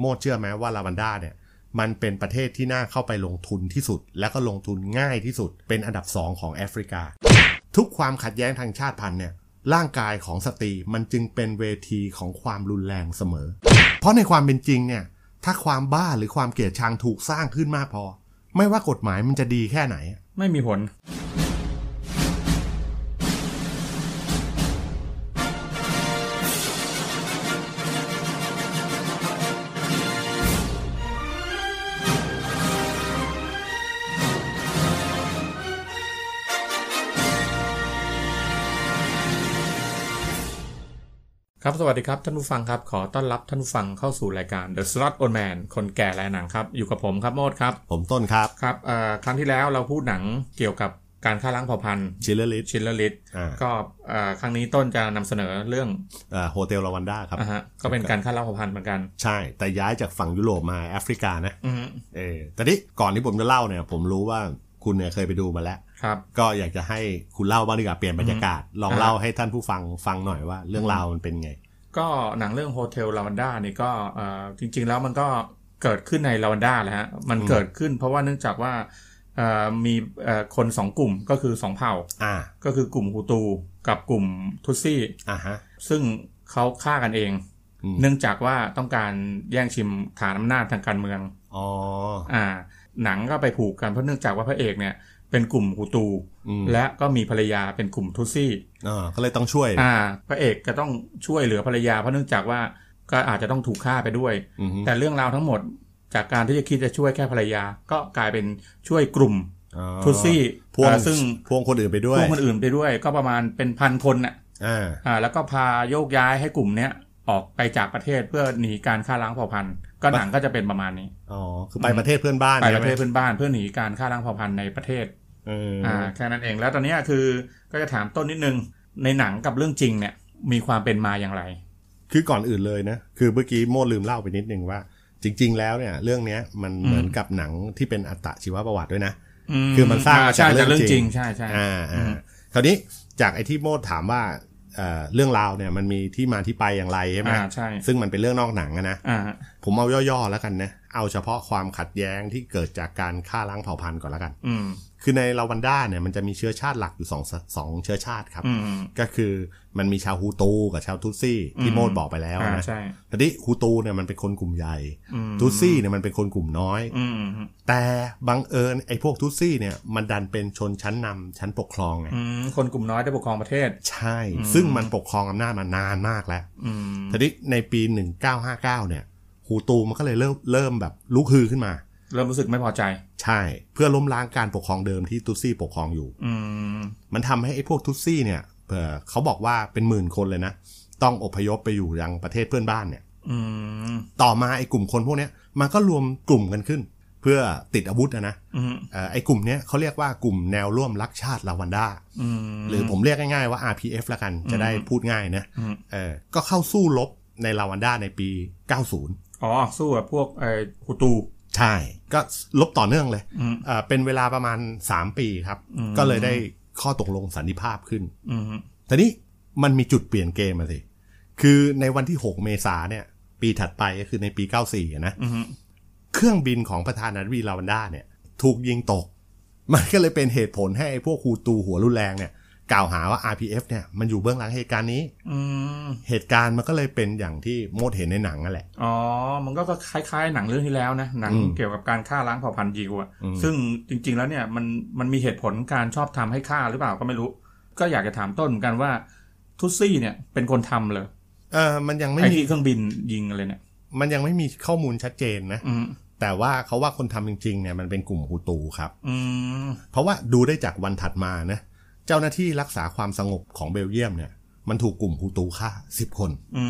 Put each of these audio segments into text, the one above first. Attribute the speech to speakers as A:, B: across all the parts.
A: โมดเชื่อไหมว่าลาวันด้าเนี่ยมันเป็นประเทศที่น่าเข้าไปลงทุนที่สุด และก็ลงทุนง่ายที่สุด เป็นอันดับสองของแอฟริกา ทุกความขัดแย้งทางชาติพันธุ์เนี่ยร่างกายของสตรีมันจึงเป็นเวทีของความรุนแรงเสมอ เพราะในความเป็นจริงเนี่ยถ้าความบ้าหรือความเกลียดชังถูกสร้างขึ้นมากพอ ไม่ว่ากฎหมายมันจะดีแค่ไหน
B: ไม่มีผล ครับสวัสดีครับ ท่านผู้ฟังครับ ขอต้อนรับท่านผู้ฟังเข้าสู่รายการ The Slot on Man คนแก่แลหนังครับ อยู่กับผมครับโมดครับ
A: ผมต้นครับ
B: ครับเอ่อครั้งที่แล้วเราพูดหนังเกี่ยวกับการฆ่าล้างเผ่าพันธุ์
A: ชิลเลอร์ลิส
B: ชิลเลอร์ลิส
A: อ่า
B: ก็เอ่อครั้งนี้ต้นจะนำเสนอเรื่อง
A: โฮเทลลาวันด้าครับ
B: อ่าฮะก็เป็นการฆ่าล้างเผ่าพันธุ์เหมือนกัน
A: ใช่ แต่ย้ายจากฝั่งยุโรปมาแอฟริกานะ
B: อือฮึ
A: เออแต่นี่ก่อนที่ผมจะเล่าเนี่ย ผมรู้ว่าคุณเนี่ยเคยไปดูมาแล้ว
B: ครับ
A: ก็อยากจะให้คุณเล่าบ้างดีกว่าเปลี่ยนบรรยากาศ ลอง
B: อ่า
A: เล่าให้ท่านผู้ฟังฟังหน่อยว่า เรื่องราวมันเป็นไง
B: ก็หนังเรื่องโฮเทลลาวันด้านี่ก็เอ่อจริง ๆ แล้วมันก็เกิดขึ้นในลาวันด้าแหละฮะมันเกิดขึ้นเพราะว่าเนื่องจากว่าเอ่อมีเอ่อคนสองกลุ่มก็คือสองเผ่า
A: อ่า
B: ก็คือกลุ่มฮูตูกับกลุ่มทุตซี่
A: อ่าฮะ
B: ซึ่งเขาฆ่ากันเอง
A: อืม
B: เนื่องจากว่าต้องการแย่งชิมฐานอำนาจทางการเมือง
A: อ๋อ
B: อ่า หนังก็ไปผูกกันเพราะเนื่องจากว่าพระเอกเนี่ยเป็นกลุ่มฮูตู
A: อืม
B: และก็มีภรรยาเป็นกลุ่มทุตซี่
A: เออก็เลยต้องช่วย
B: อ่า พระเอกก็ต้องช่วยเหลือภรรยา เพราะเนื่องจากว่าก็อาจจะต้องถูกฆ่าไปด้วย
A: อือฮึ
B: แต่เรื่องราวทั้งหมดจากการที่จะคิดจะช่วยแค่ภรรยา ก็กลายเป็นช่วยกลุ่ม
A: อ๋อ
B: ทุตซี่
A: พวง
B: เอ่อซึ่ง
A: พวงคนอื่นไปด้วย
B: พวกคนอื่นไปด้วย ก็ประมาณเป็นพันคนน่ะ
A: อ่า
B: อ่าแล้วก็พาโยกย้ายให้กลุ่มเนี้ยออกไปจากประเทศเพื่อหนีการฆ่าล้างเผ่าพันธุ์ ก็หนังก็จะเป็นประมาณนี้
A: อ๋อคือไปประเทศเพื่อนบ้าน
B: ไป
A: ใช่
B: ประ
A: ไหม
B: เทศเพื่อนบ้านเพื่อหนีการฆ่าล้างเผ่าพันธุ์ในประเทศ
A: เออ
B: อ่าแค่นั้นเองแล้วตอนเนี้ยคือก็จะถามต้นนิดนึงในหนังกับเรื่องจริงเนี่ยมีความเป็นมาอย่างไร
A: คือก่อนอื่นเลยนะ คือเมื่อกี้โมดลืมเล่าไปนิดนึงว่า จริง ๆ แล้วเนี่ย เรื่องเนี้ยมันเหมือนกับหนังที่เป็นอัตชีวประวัติด้วยนะ คือมันสร้างมา
B: ใช่
A: จากเรื่อง
B: จากเรื่องจริง
A: จริง
B: ใช่ใช่
A: อ่าอ่าคราวนี้จากไอ้ที่โมดถามว่าเอ่อเรื่องราวเนี่ยมันมีที่มาที่ไปอย่างไรใช่ไหม
B: อ่าใช่
A: ซึ่งมันเป็นเรื่องนอกหนังอะนะ
B: อ่า
A: ผมเอาย่อๆแล้วกันนะ เอาเฉพาะความขัดแย้งที่เกิดจากการฆ่าล้างเผ่าพันธุ์ก่อนแล้วกัน
B: อืม
A: คือในลาวันด้าเนี่ยมันจะมีเชื้อชาติหลักอยู่สองสสองเชื้อชาติครับ
B: อืม
A: ก็คือมันมีชาวฮูตูกับชาวทุตซี่ที่โมดบอกไปแล้ว
B: อ่า
A: นะ
B: ใช่
A: ทีนี้ฮูตูเนี่ยมันเป็นคนกลุ่มใหญ่
B: อืม
A: ทุตซี่เนี่ยมันเป็นคนกลุ่มน้อย
B: อืมอืม
A: แต่บังเอิญไอ้พวกทุตซี่เนี่ยมันดันเป็นชนชั้นนำชั้นปกครองไง
B: อืมคนกลุ่มน้อยได้ปกครองประเทศ
A: ใช่ ซึ่งมันปกครองอำนาจมานานมากแล้ว
B: อืม
A: ทีนี้ในปี 1959 เนี่ย ฮูตูมันก็เลยเริ่มเริ่มแบบลุกฮือขึ้นมา
B: เริ่มรู้สึกไม่พอใจ
A: ใช่ เพื่อล้มล้างการปกครองเดิมที่ตุตซี่ปกครองอยู่
B: อืม
A: มันทำให้ไอ้พวกตุตซี่เนี่ยเอ่อเขาบอกว่าเป็นหมื่นคนเลยนะ ต้องอพยพไปอยู่ยังประเทศเพื่อนบ้านเนี่ย
B: อืม
A: ต่อมาไอ้กลุ่มคนพวกเนี้ยมันก็รวมกลุ่มกันขึ้น เพื่อติดอาวุธนะนะ
B: อืม
A: เอ่อไอ้กลุ่มเนี้ยเขาเรียกว่ากลุ่มแนวร่วมรักชาติลาวันด้า
B: อืม
A: หรือผมเรียกง่ายๆว่า RPF ละกันจะได้พูดง่ายนะ
B: อืม
A: เออก็เข้าสู้รบในลาวันด้าในปี 90
B: อ๋อ สู้กับพวกไอ้ฮูตู
A: ใช่ ก็รบต่อเนื่องเลย
B: อืม
A: เอ่อเป็นเวลาประมาณ 3 ปีครับ ก็เลยได้ข้อตกลงสันติภาพขึ้น
B: อืม
A: ทีนี้มันมีจุดเปลี่ยนเกมมาสิ คือในวันที่ 6 เมษาเนี่ย ปีถัดไปก็คือในปี 94อะนะ
B: อืม
A: เครื่องบินของประธานาธิบดีลาวันด้าเนี่ย ถูกยิงตก มันก็เลยเป็นเหตุผลให้ไอ้พวกคูตูหัวรุนแรงเนี่ยกล่าวหาว่า RPF เนี่ยมันอยู่เบื้องหลังเหตุการณ์นี้
B: อืม
A: เหตุการณ์มันก็เลยเป็นอย่างที่โมดเห็นในหนังนั่นแหละ
B: อ๋อ มันก็คล้ายๆ หนังเรื่องที่แล้วนะ หนัง
A: อืม
B: เกี่ยวกับการฆ่าล้างเผ่าพันธุ์ยิวอะ
A: อืม
B: ซึ่งจริง ๆ แล้วเนี่ยมันมันมีเหตุผลการชอบทำให้ฆ่าหรือเปล่าก็ไม่รู้ ก็อยากจะถามต้นเหมือนกันว่าทุตซี่เนี่ยเป็นคนทำเลย
A: เออมันยังไม่
B: ไอ้
A: มี
B: ที่เครื่องบินยิงอะไรเนี่ย
A: มันยังไม่มีข้อมูลชัดเจนนะ
B: อืม
A: แต่ว่าเขาว่าคนทำจริงๆเนี่ยมันเป็นกลุ่มฮูตูครับ
B: อืม
A: เพราะว่าดูได้จากวันถัดมานะ เจ้าหน้าที่รักษาความสงบของเบลเยียมเนี่ย มันถูกกลุ่มฮูตูฆ่า 10 คน
B: อื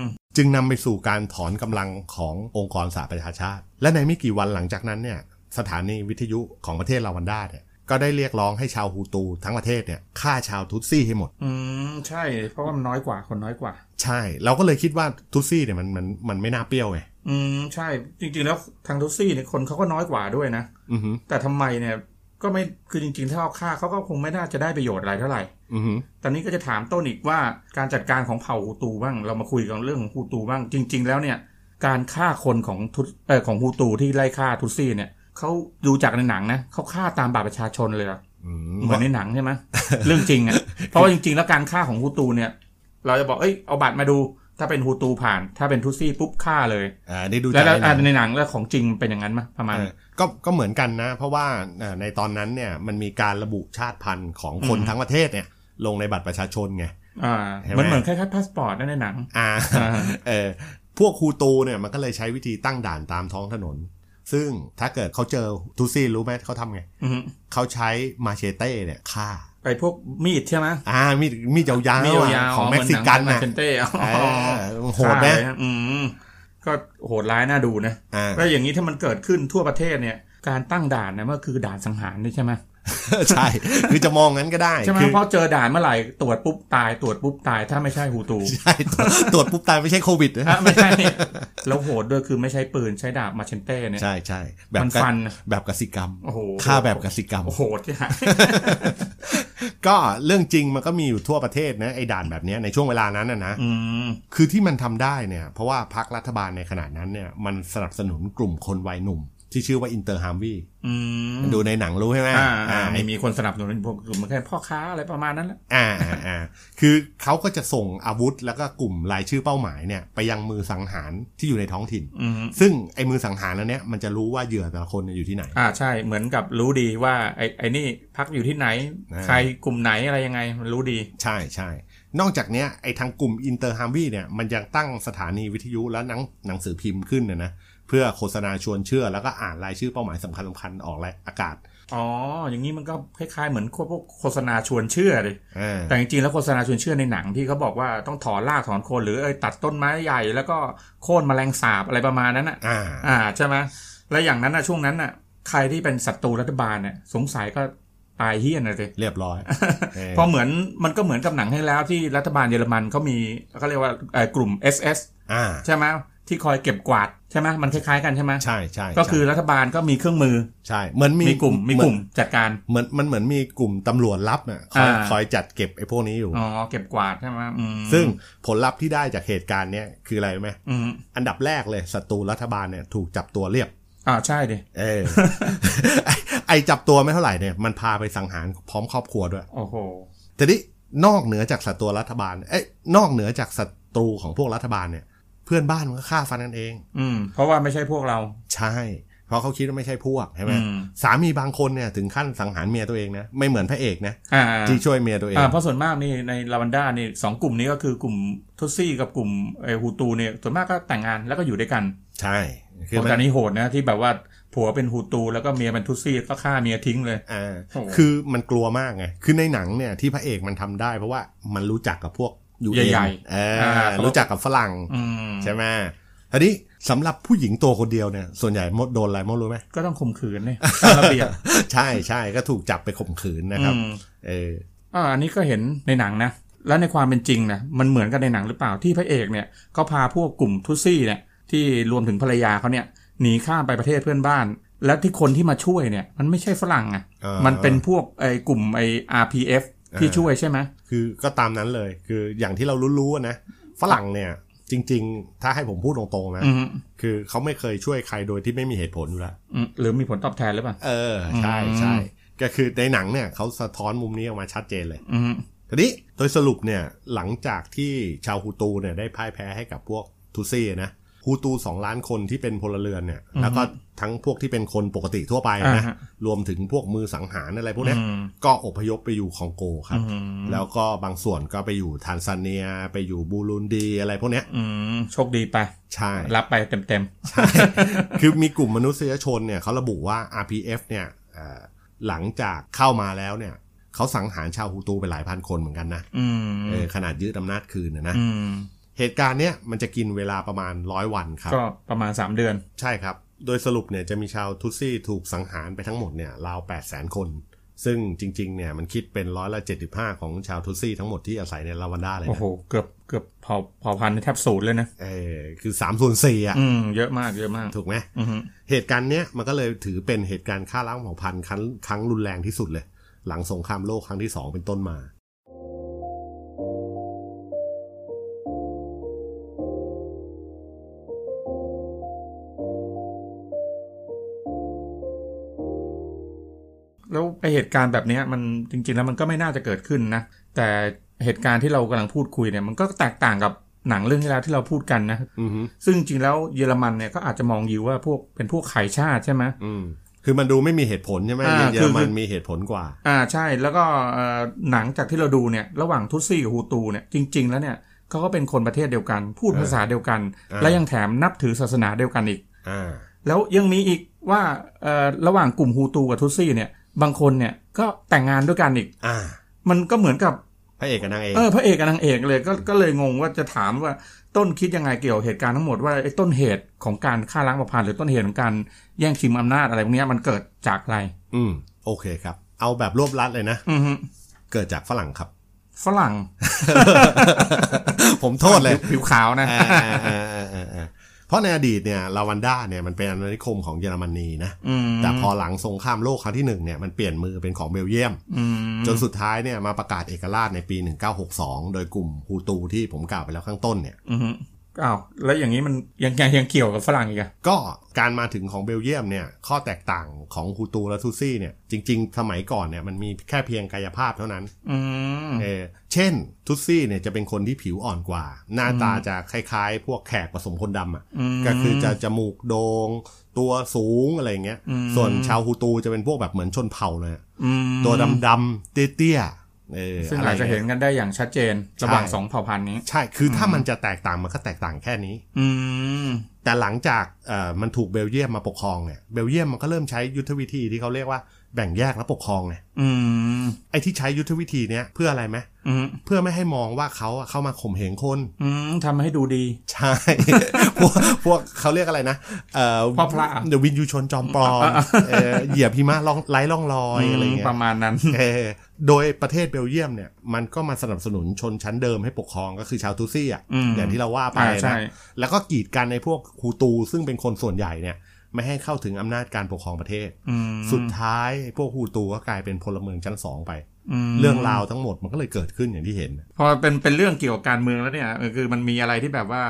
B: ม
A: จึงนำไปสู่การถอนกำลังขององค์กรสหประชาชาติ และในไม่กี่วันหลังจากนั้นเนี่ยสถานีวิทยุของประเทศลาวันด้าเนี่ยก็ได้เรียกร้องให้ชาวฮูตูทั้งประเทศเนี่ยฆ่าชาวทุตซี่ให้หมด
B: อืมใช่ เพราะว่ามันน้อยกว่าคนน้อยกว่า
A: ใช่ เราก็เลยคิดว่าทุตซี่เนี่ยมันมันมันไม่น่าเปรี้ยวไง
B: อืมใช่ จริง ๆ แล้วทางทุตซี่เนี่ยคนเขาก็น้อยกว่าด้วยนะ
A: อือฮึ
B: แต่ทำไมเนี่ยก็ไม่คือจริงๆ ถ้าเอาฆ่าเขาก็คงไม่น่าจะได้ประโยชน์อะไรเท่าไหร่
A: อือฮึ
B: ตอนนี้ก็จะถามต้นอีกว่าการจัดการของเผ่าฮูตูบ้าง เรามาคุยกันเรื่องของฮูตูบ้าง จริง ๆ แล้วเนี่ย การฆ่าคนของทุตเออของฮูตูที่ไล่ฆ่าทุตซี่เนี่ยเขาดูจากในหนังนะเขาฆ่าตามบาปประชาชนเลยเหรอ
A: อืม
B: เหมือนในหนังใช่ไหม เรื่องจริงอ่ะ เพราะว่าจริง ๆ แล้วการฆ่าของฮูตูเนี่ย เราจะบอกเอ้ยเอาบัตรมาดูถ้าเป็นฮูตูผ่าน ถ้าเป็นทุตซี่ปุ๊บฆ่าเลย
A: อ่าได้ดู
B: แล้ว
A: จาก
B: แล้ว
A: ในห
B: อ่ะ
A: นัง
B: ในหนังแล้วของจริงเป็นอย่างนั้นไหมประมาณ
A: เออก็ก็เหมือนกันนะ เพราะว่าเอ่อในตอนนั้นเนี่ยมันมีการระบุชาติพันธุ์ของคน
B: อืม
A: ทั้งประเทศเนี่ยลงในบัตรประชาชนไง
B: อ่า
A: เห็นไหม
B: มันเหมือนคล้ายๆพาสปอร์ตนะในหนัง
A: อ่า
B: อ่า
A: เออพวกคูตูเนี่ยมันก็เลยใช้วิธีตั้งด่านตามท้องถนน ซึ่งถ้าเกิดเขาเจอทูซี่รู้ไหมเขาทำไง
B: อือฮึ
A: เขาใช้มาเชเต้เนี่ยฆ่า
B: ไปพวกมีดใช่ไหม
A: อ่ามีดมีดยาว
B: มีด
A: ๆ
B: ยา
A: อ่ะ
B: วๆ
A: ของ
B: เห
A: เม็ก
B: มืน
A: ซิ
B: หนัง
A: กัน
B: มา
A: นะ
B: เชนเต้อ๋อ
A: เออโหด
B: ฆ่าเล
A: นะ
B: ยฮอืมก็โหดร้ายน่าดูนะ
A: อ่า
B: แล้วอย่างนี้ถ้ามันเกิดขึ้นทั่วประเทศเนี่ย การตั้งด่านนะมันก็คือด่านสังหารด้วยใช่ไหม
A: ใช่คือจะมองงั้นก็ได้
B: ใช่ไหม
A: คือ
B: เพราะเจอด่านเมื่อไหร่ตรวจปุ๊บตายตรวจปุ๊บตายถ้าไม่ใช่ฮูตู
A: ใช่ตรวจปุ๊บตายไม่ใช่โควิดนะ
B: อ่ะไม่ใช่แล้วโหดด้วยคือไม่ใช้ปืนใช้ดาบมาเชนเต้เนี่ย
A: ใช่ใช่แบบ
B: มัน
A: กะ
B: ฟัน
A: แบบกสิกรรม
B: โอ้โห
A: ค่าแบบกสิกรรม
B: โอ้โหที่หาย
A: ก็เรื่องจริงมันก็มีอยู่ทั่วประเทศนะไอ้ด่านแบบเนี้ยในช่วงเวลานั้นนะนะ
B: อืม
A: คือที่มันทำได้เนี่ยเพราะว่าพรรครัฐบาลในขณะนั้นเนี่ยมันสนับสนุนกลุ่มคนวัยหนุ่ม ที่ชื่อว่าอินเตอร์ฮามวี
B: อืม
A: ดูในหนังรู้ใช่ไหม
B: อ่า
A: อ่า
B: อ่ามีมีคนสนับสนุนพวกกลุ่มแค่พ่อค้าอะไรประมาณนั้นแหละ
A: อ่าอ่าอ่าคือเขาก็จะส่งอาวุธแล้วก็กลุ่มรายชื่อเป้าหมายเนี่ยไปยังมือสังหารที่อยู่ในท้องถิ่น
B: อืม
A: ซึ่งไอ้มือสังหารแล้วเนี่ยมันจะรู้ว่าเหยื่อแต่ละคนเนี่ยอยู่ที่ไหน
B: อ่าใช่เหมือนกับรู้ดีว่าไอ้ไอ้นี่พักอยู่ที่ไหน
A: อ่า
B: ใครกลุ่มไหนอะไรยังไงมันรู้ดี
A: ใช่ใช่ นอกจากเนี้ยไอ้ทางกลุ่มอินเตอร์ฮามวีเนี่ยมันยังตั้งสถานีวิทยุและหนังหนังสือพิมพ์ขึ้นนะนะเพื่อโฆษณาชวนเชื่อ แล้วก็อ่านรายชื่อเป้าหมายสำคัญสำคัญออกรายอากาศ
B: อ๋ออย่างนี้มันก็คล้ายๆเหมือนพวกโฆษณาชวนเชื่อเลย
A: อ่า
B: แต่จริงๆแล้วโฆษณาชวนเชื่อในหนังที่เขาบอกว่าต้องถอนรากถอนโคนหรือเอยตัดต้นไม้ใหญ่ แล้วก็โค่นแมลงสาบอะไรประมาณนั้นอ่ะ
A: อ่า
B: อ่าใช่ไหมแล้วอย่างนั้นอ่ะช่วงนั้นอ่ะ ใครที่เป็นศัตรูรัฐบาลเนี่ยสงสัยก็ตายเฮี้ยนเลยสิ
A: เรียบร้อยเออ
B: เพราะเหมือนมันก็เหมือนกับหนังให้แล้วที่รัฐบาลเยอรมันเขามีเขาเรียกว่าเอ่อกลุ่ม SS
A: อ่า
B: ใช่ไหมที่คอยเก็บกวาดใช่ไหมมันคล้ายๆกันใช่ไหม
A: ใช่ใช่
B: ก็คือรัฐบาลก็มีเครื่องมือ
A: ใช่เหมือนมี
B: มีกลุ่มมีกลุ่มจัดการ
A: เหมือนเหมอนมันเหมือนมีกลุ่มตำรวจลับน่ะคอย
B: อ่า
A: คอยจัดเก็บไอ้พวกนี้อยู่
B: อ๋อเก็บกวาดใช่ไหมอืม
A: ซึ่งผลลัพธ์ที่ได้จากเหตุการณ์เนี้ยคืออะไรรู้ไหม
B: อืม
A: อันดับแรกเลยศัตรูรัฐบาลเนี่ยถูกจับตัวเรียบ
B: อ่าใช่ดิ
A: เอ อ ไอ้ไอจับตัวไม่เท่าไหร่เนี่ยมันพาไปสังหารพร้อมครอบครัวด้วย
B: โอ้โห
A: แต่นี้นอกเหนือจากศัตรูรัฐบาล เอ้ยนอกเหนือจากศัตรูของพวกรัฐบาลเนี่ย เพื่อนบ้านมันก็ฆ่าฟันกันเอง
B: อืม เพราะว่าไม่ใช่พวกเรา
A: ใช่ เพราะเขาคิดว่าไม่ใช่พวกใช่ไหม
B: อืม
A: สามีบางคนเนี่ยถึงขั้นสังหารเมียตัวเองนะไม่เหมือนพระเอกนะ
B: อ่า
A: ที่ช่วยเมียตัวเอง
B: อ่าเพราะส่วนมากนี่ในลาวันด้านี่สองกลุ่มนี้ก็คือกลุ่มทุตซี่กับกลุ่มไอฮูตูเนี่ยส่วนมากก็แต่งงานแล้วก็อยู่ด้วยกัน
A: ใช่คือ
B: โอ้
A: มัน
B: แต่นี้โหดนะที่แบบว่าผัวเป็นฮูตูแล้วก็เมียเป็นทุตซี่ก็ฆ่าเมียทิ้งเลย
A: อ่า
B: โอ้โห
A: คือมันกลัวมากไงคือในหนังเนี่ยที่พระเอกมันทำได้ เพราะว่ามันรู้จักกับพวกยูเอ็น
B: ใหญ่
A: เอ
B: อ่า
A: อ
B: เขารู้
A: รู้จักกับฝรั่ง
B: อืม
A: ใช่ไหมทีนี้สำหรับผู้หญิงตัวคนเดียวเนี่ย ส่วนใหญ่มดโดนอะไรมดรู้ไหม
B: ก็ต้องข่มขืน เนี่ยตามระเบียบ
A: ใช่ใช่ก็ถูกจับไปข่มขืนนะครับ
B: อืม
A: เออ
B: อ่าอันนี้ก็เห็นในหนังนะ แล้วในความเป็นจริงนะมันเหมือนกันในหนังหรือเปล่าที่พระเอกเนี่ยก็พาพวกกลุ่มทุตซี่เนี่ยที่รวมถึงภรรยาเขาเนี่ยหนีข้ามไปประเทศเพื่อนบ้าน แล้วที่คนที่มาช่วยเนี่ย มันไม่ใช่ฝรั่งอะ
A: อ่า
B: มันเป็นพวกไอ้กลุ่มไอ้ RPF ที่
A: เออ
B: ช่วยใช่ไหม
A: คือก็ตามนั้นเลย คืออย่างที่เรารู้ๆอะนะฝรั่งเนี่ยจริง ๆ ถ้าให้ผมพูดตรงๆนะ
B: อืม
A: คือเขาไม่เคยช่วยใครโดยที่ไม่มีเหตุผลอยู่แล้ว
B: อืมหรือมีผลตอบแทนหรือเปล่า
A: เออ ใช่ใช่
B: อืม
A: ก็คือในหนังเนี่ยเขาสะท้อนมุมนี้ออกมาชัดเจนเลย
B: อืม
A: ทีนี้โดยสรุปเนี่ยหลังจากที่ชาวฮูตูเนี่ยได้พ่ายแพ้ให้กับพวกทุตซี่นะฮูตูสองล้านคนที่เป็นพลเรือนเนี่ยแล้วก็ทั้งพวกที่เป็นคนปกติทั่วไป
B: อ่า
A: นะ
B: ฮะ
A: รวมถึงพวกมือสังหารอะไรพวก
B: อื
A: เนี้ย
B: ม
A: ก็อพยพไปอยู่คองโกครับ
B: อืม
A: แล้วก็บางส่วนก็ไปอยู่ทานซาเนีย ไปอยู่บูรุนดีอะไรพวกเนี้ย
B: อืมโชคดีไป
A: ใช่
B: รับไปเต็ม
A: ใช่ คือมีกลุ่มมนุษยชนเนี่ยเขาระบุว่า RPF เนี่ยเอ่อหลังจากเข้ามาแล้วเนี่ยเขาสังหารชาวฮูตูไปหลายพันคนเหมือนกันนะ
B: ๆ อืม
A: เออขนาดยึดอำนาจคืนนะนะ
B: อืม
A: เหตุการณ์เนี้ยมันจะกินเวลาประมาณร้อยวันครับ
B: ก็ประมาณ 3 เดือน
A: ใช่ครับ โดยสรุปเนี่ยจะมีชาวทุตซี่ถูกสังหารไปทั้งหมดเนี่ยราว 8 0 0 0 0 0 คน ซึ่งจริงๆเนี่ยมันคิดเป็นร้อยละ75 ของชาวทุตซี่ทั้งหมดที่อาศัยในลาวันด้าเลย
B: โอ้
A: นะ
B: โห เกือบเกือบเผาเผาพันธุ์แทบศูนย์เลยนะ
A: เออคือ3ามส่วนสี่อ่ะ
B: อืมเยอะมากเยอะมาก
A: ถูกไหม
B: อืม
A: เหตุการณ์เนี้ยมันก็เลยถือเป็นเหตุการณ์ฆ่าล้างเผ่าพันธุ์ครั้งครั้งรุนแรงที่สุดเลย หลังสงครามโลกครั้งที่ 2 เป็นต้นมา
C: Thank
B: แล้วไอเหตุการณ์แบบเนี้ยมันจริง ๆ แล้วมันก็ไม่น่าจะเกิดขึ้นนะ แต่เหตุการณ์ที่เรากำลังพูดคุยเนี่ยมันก็แตกต่างกับหนังเรื่องที่แล้วที่เราพูดกันนะ
A: อือฮึ
B: ซึ่งจริงๆแล้วเยอรมันเนี่ยก็อาจจะมองยิวว่าพวกเป็นพวกขายชาติใช่ไหม
A: อืมคือมันดูไม่มีเหตุผลใช่ไหม
B: อ่า
A: เยอรมั
B: คื
A: น
B: อ
A: มีเหตุผลกว่า
B: อ่าใช่แล้วก็เอ่อหนังจากที่เราดูเนี่ยระหว่างทุตซี่กับฮูตูเนี่ยจริง ๆ แล้วเนี่ยเขาก็เป็นคนประเทศเดียวกัน พูดภาษาเดียวกัน
A: อ่า
B: และยังแถมนับถือศาสนาเดียวกันอีก
A: อ่า
B: แล้วยังมีอีกว่าเอ่อระหว่างกลุ่มฮูตูกับทุตซี่เนี่ยบางคนเนี่ยก็แต่งงานด้วยกันอีก
A: อ่า
B: มันก็เหมือนกับ
A: พระเอกกับนางเอก
B: เออพระเอกกับนางเอกเลยก็ก็เลยงงว่าจะถามว่าต้นคิดยังไงเกี่ยวเหตุการณ์ทั้งหมดว่าไอ้ต้นเหตุของการฆ่าล้างเผ่าพันธุ์หรือต้นเหตุของการแย่งชิงอำนาจอะไรพวกเนี้ยมันเกิดจากอะไร
A: อืมโอเคครับ เอาแบบรวบลัดเลยนะ
B: อือฮึ
A: เกิดจากฝรั่งครับ
B: ฝรั่ง
A: ผมโทษเลย
B: ผิวขาวนะ
A: อ่าอ่าอ่าอ่าอ่าเพราะในอดีตเนี่ยลาวันด้าเนี่ยมันเป็นอาณานิคมของเยอรมนีนะ
B: อืม
A: แต่พอหลังสงครามโลกครั้งที่หนึ่งเนี่ยมันเปลี่ยนมือเป็นของเบลเยียม
B: อืม
A: จนสุดท้ายเนี่ยมาประกาศเอกราชในปี 1962 โดยกลุ่มฮูตูที่ผมกล่าวไปแล้วข้างต้นเนี่ย
B: อือฮึอ้าวแล้วอย่างนี้มันยังไงยังเกี่ยวกับฝรั่งอีกอะ
A: ก็การมาถึงของเบลเยียมเนี่ยข้อแตกต่างของฮูตูและทูซี่เนี่ยจริง ๆ สมัยก่อนเนี่ยมันมีแค่เพียงกายภาพเท่านั้น
B: อืม
A: เออเช่นทุตซี่เนี่ยจะเป็นคนที่ผิวอ่อนกว่า หน้าตาจะคล้ายๆ พวกแขกผสมคนดำอ่ะก็คือจะจมูกโดง่งตัวสูงอะไรอย่างเงี้ย ส่วนชาวฮูตูจะเป็นพวกแบบเหมือนชนเผ่าเลยอะ
B: อืม
A: ตัวดำๆเตี้ยๆเออ
B: ซึ่ง
A: อะไร
B: อาจจะเห็น
A: งี้ย
B: กันได้อย่างชัดเจนระหว่าง
A: ใช่
B: สองเผ่าพันธุ์นี้
A: ใช่คือถ้ามันจะแตกต่างมันก็แตกต่างแค่นี้
B: อืม
A: แต่หลังจากเอ่อมันถูกเบลเยียมมาปกครองเนี่ยเบลเยียมมันก็เริ่มใช้ยุทธวิธีที่เขาเรียกว่าแบ่งแยกและปกครองไง
B: อืม
A: ไอ้ที่ใช้ยุทธวิธีเนี้ยเพื่ออะไรไหม
B: อืม
A: เพื่อไม่ให้มองว่าเขาอะเข้ามาข่มเหงคน
B: อืมทำให้ดูดี
A: ใช่ พวกพวกเขาเรียกอะไรนะเอ่อ
B: พ่อพระ
A: เดวินยูชนจอมปลอมเอ่อเหยียบหิมะล่องไร้ล่องรอยอะไรเงี้
B: ประ
A: ย
B: มาณนั้น
A: เออโดยประเทศเบลเยียมเนี่ย มันก็มาสนับสนุนชนชั้นเดิมให้ปกครองก็คือชาวทูซี่อ่ะ
B: อืม
A: อย่างที่เราว่าไป
B: อ่าใช่
A: นะแล้วก็กีดกันในพวกคูตูซึ่งเป็นคนส่วนใหญ่เนี่ย ไม่ให้เข้าถึงอำนาจการปกครองประเทศ
B: อืม
A: สุดท้ายพวกฮูตูก็กลายเป็นพลเมืองชั้นสองไป
B: ม
A: เรื่องราวทั้งหมดมันก็เลยเกิดขึ้นอย่างที่เห็น
B: พอเป็นเป็นเรื่องเกี่ยวกับการเมืองแล้วเนี่ยเออคือมันมีอะไรที่แบบว่า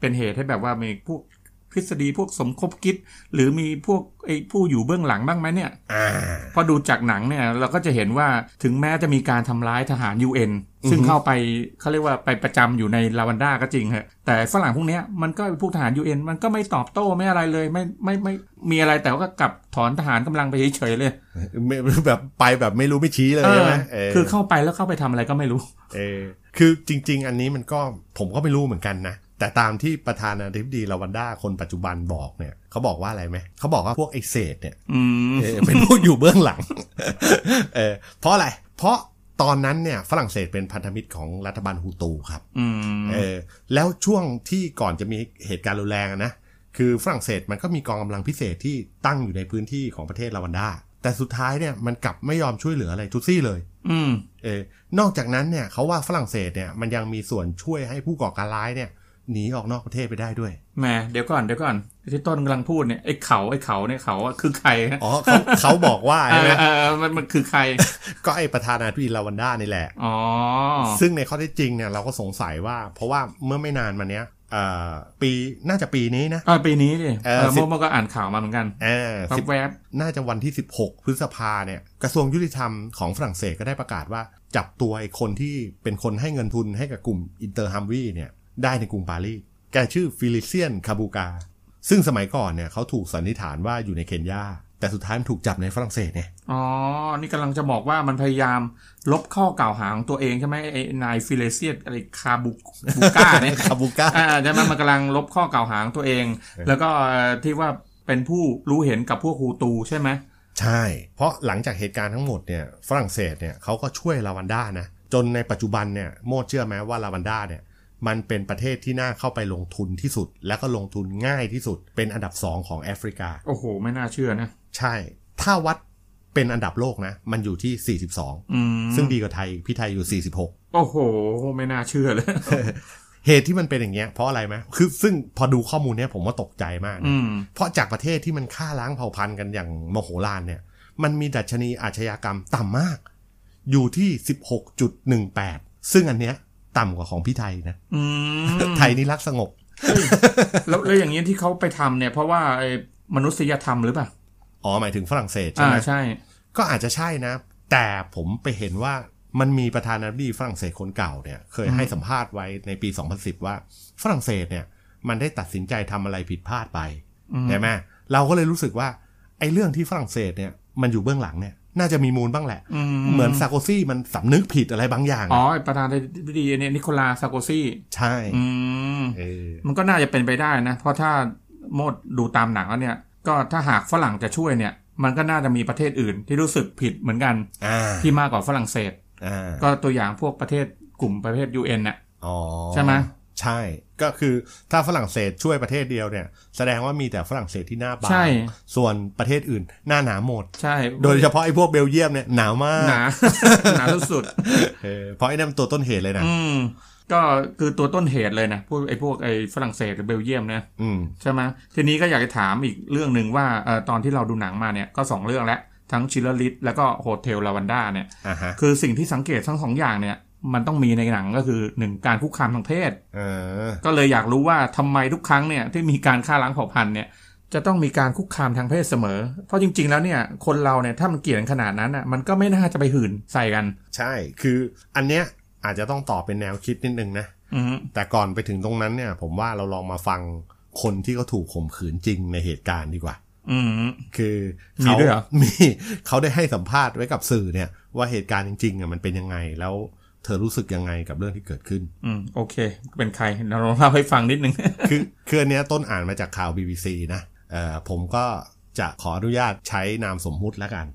B: เป็นเหตุให้แบบว่ามีพวกทฤษฎีพวกสมคบคิด หรือมีพวกไอ้ผู้อยู่เบื้องหลังบ้างไหมเนี่ย
A: อ่า
B: พอดูจากหนังเนี่ยเราก็จะเห็นว่าถึงแม้จะมีการทำร้ายทหาร UN ซึ่งเข้าไปเขาเรียกว่าไปประจำอยู่ในลาวันด้าก็จริงฮะแต่ฝรั่งพวกเนี้ยมันก็เป็นพวกทหาร UN มันก็ไม่ตอบโต้ไม่อะไรเลยไม่ไม่ไม่มีอะไรแต่ว่าก็กลับถอนทหารกำลังไปเฉยๆเลย
A: ไม่แบบไปแบบไม่รู้ไม่ชี้เลยใช่ไหมเ
B: คือเข้าไปแล้วเข้าไปทำอะไรก็ไม่รู้
A: เออคือจริง ๆ อันนี้มันก็ผมก็ไม่รู้เหมือนกันนะ แต่ตามที่ประธานาธิบดีลาวันด้าคนปัจจุบันบอกเนี่ยเขาบอกว่าอะไรไหมเขาบอกว่าพวกไอเศษเนี่ย
B: อืม
A: เออเป็นพวกอยู่เบื้องหลัง เออเพราะอะไร เพราะตอนนั้นเนี่ยฝรั่งเศสเป็นพันธมิตรของรัฐบาลฮูตูครับ
B: อืม
A: เออแล้วช่วงที่ก่อนจะมีเหตุการณ์รุนแรงอะนะคือฝรั่งเศสมันก็มีกองกำลังพิเศษที่ตั้งอยู่ในพื้นที่ของประเทศลาวันด้าแต่สุดท้ายเนี่ยมันกลับไม่ยอมช่วยเหลืออะไรทุตซี่เลย
B: อืม
A: เออนอกจากนั้นเนี่ยเขาว่าฝรั่งเศสเนี่ยมันยังมีส่วนช่วยให้ผู้ก่อการร้ายเนี่ยหนีออกนอกประเทศไปได้ด้วย
B: แหมเดี๋ยวก่อนเดี๋ยวก่อนที่ต้นกำลังพูดเนี่ยไอ้เขาไอ้เขาเนี่ยเขาอะคือใครฮะ
A: อ๋อเขา เขาบอกว่า
B: เอ
A: ใช่ไหม
B: อเออเออมันมันคือใคร
A: ก็ไอประธานาธิบดีลาวันด้านี่แหละ
B: อ๋อ
A: ซึ่งในข้อเท็จจริงเนี่ยเราก็สงสัยว่า เพราะว่าเมื่อไม่นานมาเนี้ยเอ่อปีน่าจะปีนี้นะ
B: เออปีนี้ดิ
A: เอ
B: เอ
A: อ
B: อ
A: สิบ
B: เมื่อเมื่อก็อ่านข่าวมาเหมือนกัน
A: เออสิบ
B: แวบๆ
A: น่าจะวันที่ 16 พฤษภาเนี่ยกระทรวงยุติธรรมของฝรั่งเศสก็ได้ประกาศว่า จับตัวไอคนที่เป็นคนให้เงินทุนให้กับกลุ่มอินเตอร์ฮัมวีเนี่ยได้ในกรุงปารีสแกชื่อฟิลิเซียนคาบูกา ซึ่งสมัยก่อนเนี่ยเขาถูกสันนิษฐานว่าอยู่ในเคนยา แต่สุดท้ายมันถูกจับในฝรั่งเศสเนี่ย
B: อ๋อ นี่กำลังจะบอกว่ามันพยายามลบข้อกล่าวหาของตัวเองใช่ไหมไอ้นายฟิเลเซียสอะไรคาบุบุก้า เนี่ย
A: คาบูกา
B: อ่าใช่ไหมมันกำลังลบข้อกล่าวหาของตัวเอง แล้วก็ที่ว่าเป็นผู้รู้เห็นกับพวกฮูตูใช่ไหม
A: ใช่ เพราะหลังจากเหตุการณ์ทั้งหมดเนี่ยฝรั่งเศสเนี่ยเขาก็ช่วยลาวันด้านะ จนในปัจจุบันเนี่ยโมดเชื่อไหมว่าลาวันด้าเนี่ยมันเป็นประเทศที่น่าเข้าไปลงทุนที่สุด และก็ลงทุนง่ายที่สุด เป็นอันดับสองของแอฟริกา
B: โอ้โห ไม่น่าเชื่อนะ
A: ใช่ ถ้าวัดเป็นอันดับโลกนะ มันอยู่ที่ 42
B: อืม
A: ซึ่งดีกว่าไทย พี่ไทยอยู่ 46
B: โอ้โห ไม่น่าเชื่อเลย
A: เหตุที่มันเป็นอย่างเงี้ยเพราะอะไรไหมคือซึ่งพอดูข้อมูลเนี้ยผมว่าตกใจมากนะ
B: อืม
A: เพราะจากประเทศที่มันฆ่าล้างเผ่าพันธุ์กันอย่างมโหฬารเนี่ย มันมีดัชนีอาชญากรรมต่ำมาก อยู่ที่ 16.18 ซึ่งอันเนี้ยต่ำกว่าของพี่ไทยนะ
B: อืม
A: ไทยนี่รักสงบ
B: แล้วแล้วอย่างนี้ยที่เขาไปทำเนี่ย เพราะว่าไอ้มนุษยธรรมหรือเปล่า
A: อ๋อหมายถึงฝรั่งเศสใช่
B: อ่า
A: ไหม
B: ใช่
A: ก็อาจจะใช่นะ แต่ผมไปเห็นว่ามันมีประธานาธิบดีฝรั่งเศสคนเก่าเนี่ย เคยให้สัมภาษณ์ไว้ในปี 2010 ว่าฝรั่งเศสเนี่ย มันได้ตัดสินใจทำอะไรผิดพลาดไป
B: อืม
A: ใช่ไหมเราก็เลยรู้สึกว่าไอ้เรื่องที่ฝรั่งเศสเนี่ยมันอยู่เบื้องหลังเนี่ยน่าจะมีมูลบ้างแหละ
B: อืม
A: เหมือนซาโกซี่มันสำนึกผิดอะไรบางอย่าง
B: อ๋อไอ้ประธานาธิบดีเนี่ยนิโคลาซาโกซี่
A: ใช่
B: อืม
A: เออ
B: มันก็น่าจะเป็นไปได้นะ เพราะถ้าโมดดูตามหนังแล้วเนี่ย ก็ถ้าหากฝรั่งจะช่วยเนี่ย มันก็น่าจะมีประเทศอื่นที่รู้สึกผิดเหมือนกัน
A: อ่า
B: ที่มากกว่าฝรั่งเศส
A: อ่า
B: ก็ตัวอย่างพวกประเทศกลุ่มประเทศ UN น่ะ
A: อ๋อ
B: ใช่ไหม
A: ใช่ก็คือถ้าฝรั่งเศสช่วยประเทศเดียวเนี่ย แสดงว่ามีแต่ฝรั่งเศสที่หน้าบาง
B: ใช่
A: ส่วนประเทศอื่นหน้าหนาวหมด
B: ใช่
A: โดยเฉพาะไอ้พวกเบลเยียมเนี่ยหนาวมาก
B: หนา หนาสุด
A: เออเพราะไอ้นั่นมันตัวต้นเหตุเลย
B: ๆ
A: นะ
B: อืมก็คือตัวต้นเหตุเลยนะพวกไอ้พวกไอ้ฝรั่งเศสหรือเบลเยียมนะ
A: อืม
B: ใช่ไหมทีนี้ก็อยากจะถามอีกเรื่องหนึ่งว่าเออตอนที่เราดูหนังมาเนี่ยก็สองเรื่องแล้วทั้งชิลลิสแล้วก็โฮเทลลาวันด้าเนี่ย
A: อ่าฮะ
B: คือสิ่งที่สังเกตทั้งสองอย่างเนี่ย มันต้องมีในหนังก็คือหนึ่งการคุกคามทางเพศ
A: เออ
B: ก็เลยอยากรู้ว่าทำไมทุกครั้งเนี่ยที่มีการฆ่าล้างเผ่าพันธุ์เนี่ยจะต้องมีการคุกคามทางเพศเสมอ เพราะจริง ๆ แล้วเนี่ยคนเราเนี่ยถ้ามันเกลียดกันขนาดนั้นอ่ะมันก็ไม่น่าจะไปหื่นใส่กัน
A: ใช่คืออันเนี้ยอาจจะต้องตอบเป็นแนวคิดนิดนึงนะ
B: อืม
A: แต่ก่อนไปถึงตรงนั้นเนี่ย ผมว่าเราลองมาฟังคนที่เขาถูกข่มขืนจริงในเหตุการณ์ดีกว่า
B: อืม
A: คือ
B: มีด้วยเหรอ
A: มี เขาได้ให้สัมภาษณ์ไว้กับสื่อเนี่ย ว่าเหตุการณ์จริงๆอ่ะมันเป็นยังไง แล้วเธอรู้สึกยังไงกับเรื่องที่เกิดขึ้น
B: อืมโอเค เป็นใครเราลองเล่าให้ฟังนิดนึง
A: คือคืออันเนี้ยต้นอ่านมาจากข่าว BBC นะเอ่อผมก็จะขออนุญาตใช้นามสมมุติแล้วกัน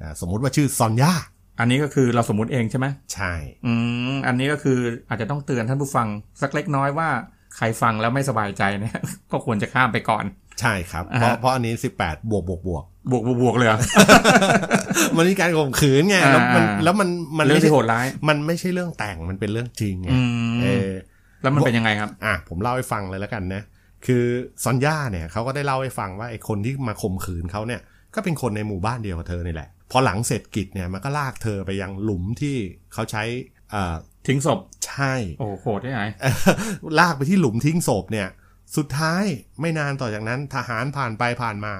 A: อ่าสมมุติว่าชื่อซอนยา
B: อันนี้ก็คือเราสมมุติเองใช่ไหม
A: ใช่
B: อืม อันนี้ก็คืออาจจะต้องเตือนท่านผู้ฟังสักเล็กน้อยว่า ใครฟังแล้วไม่สบายใจเนี่ย ก็ควรจะข้ามไปก่อน
A: ใช่ครับ
B: อ่า
A: เพราะ
B: ฮะ
A: เพราะอันนี้ 18 บวกบวกบวก
B: บวกบวกบวกเลยเหร อ
A: มันมีการข่มขืนไงแล้วมัน
B: อ่า
A: แล้วมันมัน
B: เรื่อ
A: ไม่
B: ง
A: ใช่
B: ที่โหดร้าย
A: มันไม่ใช่เรื่องแต่งมันเป็นเรื่องจริงไง
B: อืม
A: เออ
B: แล้วมันเป็นยังไงครับ
A: อ่ะผมเล่าให้ฟังเลยแล้วกันนะ คือซอนย่าเนี่ยเขาก็ได้เล่าให้ฟังว่าไอ้คนที่มาข่มขืนเขาเนี่ย ก็เป็นคนในหมู่บ้านเดียวกับเธอนี่แหละ พอหลังเสร็จกิจเนี่ยมันก็ลากเธอไปยังหลุมที่เขาใช้เอ่อ
B: ทิ้งศพ
A: ใช่
B: โอ้โหโหดได้ไง
A: เอ่อลากไปที่หลุมทิ้งศพเนี่ย สุดท้ายไม่นานต่อจากนั้นทหารผ่านไปผ่านมา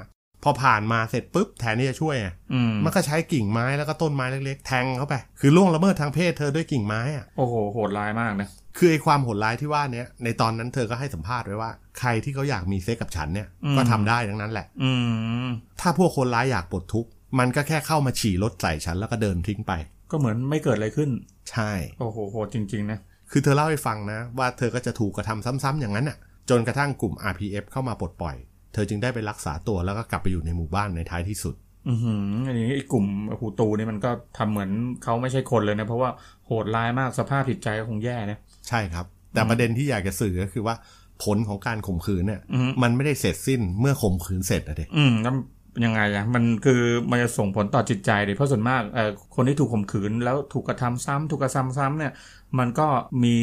A: พอผ่านมาเสร็จปุ๊บแทนที่จะช่วยอ่ะ
B: อืม
A: มันก็ใช้กิ่งไม้แล้วก็ต้นไม้เล็กๆแทงเข้าไป คือล่วงละเมิดทางเพศเธอด้วยกิ่งไม้อ่ะ
B: โอ้โหโหดร้ายมากนะ
A: คือไอ้ความโหดร้ายที่ว่าเนี้ยในตอนนั้นเธอก็ให้สัมภาษณ์ไว้ว่า ใครที่เขาอยากมีเซ็กกับฉันเนี่ยก็ทำได้ทั้งนั้นแหละ
B: อืม
A: ถ้าพวกคนร้ายอยากปลดทุกข์มันก็แค่เข้ามาฉี่รถใส่ฉันแล้วก็เดินทิ้งไป
B: ก็เหมือนไม่เกิดอะไรขึ้น
A: ใช่
B: โอ้โหโหดจริง ๆ นะ
A: คือเธอเล่าให้ฟังนะ ว่าเธอก็จะถูกกระทำซ้ำๆอย่างนั้นน่ะ จนกระทั่งกลุ่ม RPF เข้ามาปลดปล่อย เธอจึงได้ไปรักษาตัวแล้วก็กลับไปอยู่ในหมู่บ้านในท้ายที่สุด
B: อือหืออันนี้ไอ้กลุ่มหูตูนี่มันก็ทำเหมือนเขาไม่ใช่คนเลยนะ เพราะว่าโหดร้ายมากสภาพจิตใจก็คงแย่นะ
A: ใช่ครับ แต่ประเด็นที่อยากจะสื่อก็คือว่าผลของการข่มขืนเนี่ย
B: อือฮึ
A: มันไม่ได้เสร็จสิ้นเมื่อข่มขืนเสร็จนะเด็
B: อืมแล้วยังไงอะมันคือมันจะส่งผลต่อจิตใจเลยเพราะส่วนมากเอ่อคนที่ถูกข่มขืนแล้วถูกกระทำซ้ำถูกกระทำซ้ำเนี่ย มันก็มี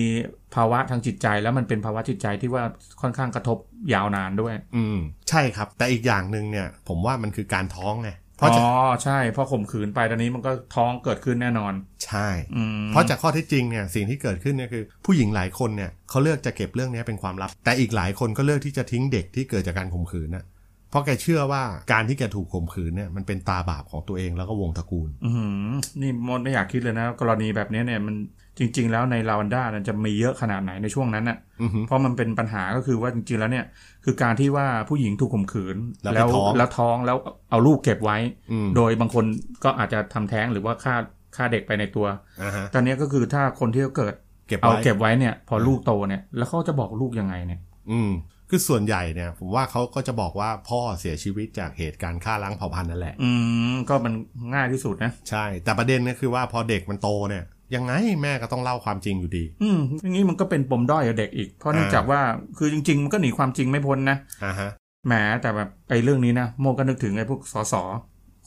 B: ภาวะทางจิตใจแล้วมันเป็นภาวะจิตใจที่ว่าค่อนข้างกระทบยาวนานด้วย
A: อืมใช่ครับ แต่อีกอย่างหนึ่งเนี่ย ผมว่ามันคือการท้องไงเพ
B: อ๋
A: ราะจะ
B: อใช่เพราะข่มขืนไปตอนนี้มันก็ท้องเกิดขึ้นแน่นอน
A: ใช่
B: อืม
A: เพราะจากข้อเท็จจริงเนี่ยสิ่งที่เกิดขึ้นเนี่ยคือ ผู้หญิงหลายคนเนี่ยเขาเลือกจะเก็บเรื่องเนี้ยเป็นความลับ แต่อีกหลายคนก็เลือกที่จะทิ้งเด็กที่เกิดจากการข่มขืนนะเพราะแกเชื่อว่าการที่แกถูกข่มขืนเนี่ยมันเป็นตาบาปของตัวเองแล้วก็วงตระกูล
B: อื้อหือนี่มดไม่อยากคิดเลยนะ กรณีแบบนี้เนี่ยมันจริง ๆ แล้วในลาวันด้าน่ะจะมีเยอะขนาดไหนในช่วงนั้นน่ะ
A: อือฮึ
B: เพราะมันเป็นปัญหาก็คือว่าจริงๆแล้วเนี่ย คือการที่ว่าผู้หญิงถูกข่มขืน
A: แล้ว
B: ว
A: ไปท้อง
B: แล้วท้องแล้วเอาลูกเก็บไว้
A: อืม
B: โดยบางคนก็อาจจะทำแท้งหรือว่าฆ่าฆ่าเด็กไปในตัว
A: อ่าฮะ
B: ตอนนี้ก็คือถ้าคนที่เกิด
A: เก็บ
B: เอา
A: ไว้
B: เก็บไว้เนี่ย พอลูกโตเนี่ยแล้วเขาจะบอกลูกยังไงเนี่ย
A: อืมคือส่วนใหญ่เนี่ย ผมว่าเขาก็จะบอกว่าพ่อเสียชีวิตจากเหตุการณ์ฆ่าล้างเผ่าพันธุ์นั่นแหละ
B: อืมก็มันง่ายที่สุดนะ
A: ใช่ แต่ประเด็นก็คือว่าพอเด็กมันโตเนี่ยยังไงแม่ก็ต้องเล่าความจริงอยู่ดี
B: อืมอย่างนี้มันก็เป็นปมด้อยกับเด็กอีก เพราะเนื่อง
A: อ่า
B: จากว่าคือจริง ๆ มันก็หนีความจริงไม่พ้นนะ
A: อ่าฮะ
B: แหมแต่แบบไอ้เรื่องนี้นะโมก็นึกถึงไอ้พวกสส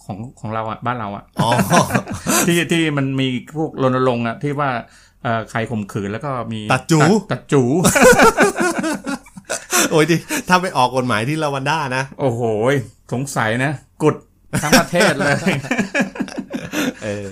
B: ของของเราอะบ้านเราอะ
A: อ๋อ
B: ที่ที่มันมีพวกรณรงค์อะที่ว่าเอ่อใครข่มขืนแล้วก็มี
A: ตัดจู๋
B: ตัตัดจู
A: โอ้ยดิถ้าไปออกกฎหมายที่ลาวันด้านะ
B: โอ้โหยสงสัยนะ กุดทั้งประเทศเลย
A: เออ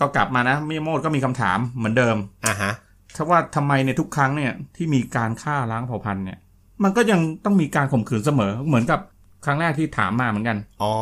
B: ก็กลับมานะมิยาโมดก็มีคำถามเหมือนเดิม
A: อ่าฮะ
B: ถ้าว่าทำไมในยทุกครั้งเนี่ยที่มีการฆ่าล้างเผ่าพันธุ์เนี่ยมันก็ยังต้องมีการข่มขืนเสมอเหมือนกับครั้งแรกที่ถามมาเหมือนกัน
A: อ๋อ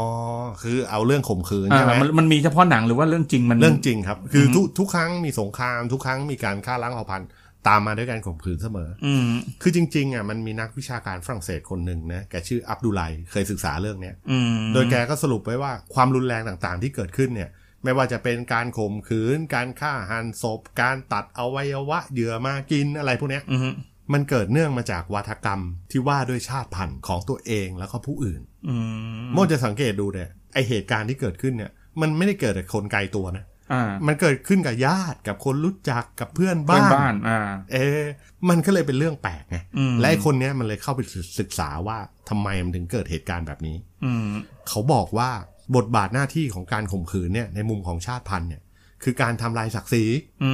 A: คือเอาเรื่องข่มขืน
B: อ่า
A: ใช่ไหม
B: มันมันมีเฉพาะหนังหรือว่าเรื่องจริงมัน
A: เรื่องจริงครับ คือทุกทุกครั้งมีสงครามทุกครั้งมีการฆ่าล้างเผ่าพันธุ์ตามมาด้วยการข่มขืนเสมอ
B: อืม
A: คือจริงๆอ่ะมันมีนักวิชาการฝรั่งเศสคนหนึ่งนะแกชื่ออับดุไลเคยศึกษาเรื่องเนี้ย
B: อืม
A: โดยแกก็สรุปไว้ว่าความรุนแรงต่างๆ ที่เกิดขึ้นเนี่ย ไม่ว่าจะเป็นการข่มขืน การฆ่าหันศพ การตัดอวัยวะเหยื่อมากินอะไรพวกเนี้ย
B: อืม
A: มันเกิดเนื่องมาจากวาทกรรมที่ว่าด้วยชาติพันธุ์ของตัวเองแล้วก็ผู้อื่น
B: อืม
A: โมจะสังเกตดูเนี่ยไอเหตุการณ์ที่เกิดขึ้นเนี่ย มันไม่ได้เกิดกับคนไกลตัวนะ
B: อ่า
A: มันเกิดขึ้นกับญาติกับคนรู้จักกับเพื่อน
B: บ้า
A: บ้านน
B: บ้าน อ่า
A: เอ๊ะมันก็เลยเป็นเรื่องแปลกไง
B: อืม
A: และไอคนเนี้ยมันเลยเข้าไปศึกษาว่าทำไมมันถึงเกิดเหตุการณ์แบบนี้
B: อืม
A: เขาบอกว่าบทบาทหน้าที่ของการข่มขืนเนี่ยในมุมของชาติพันธุ์เนี่ยคือการทำลายศักดิ์ศรี
B: อื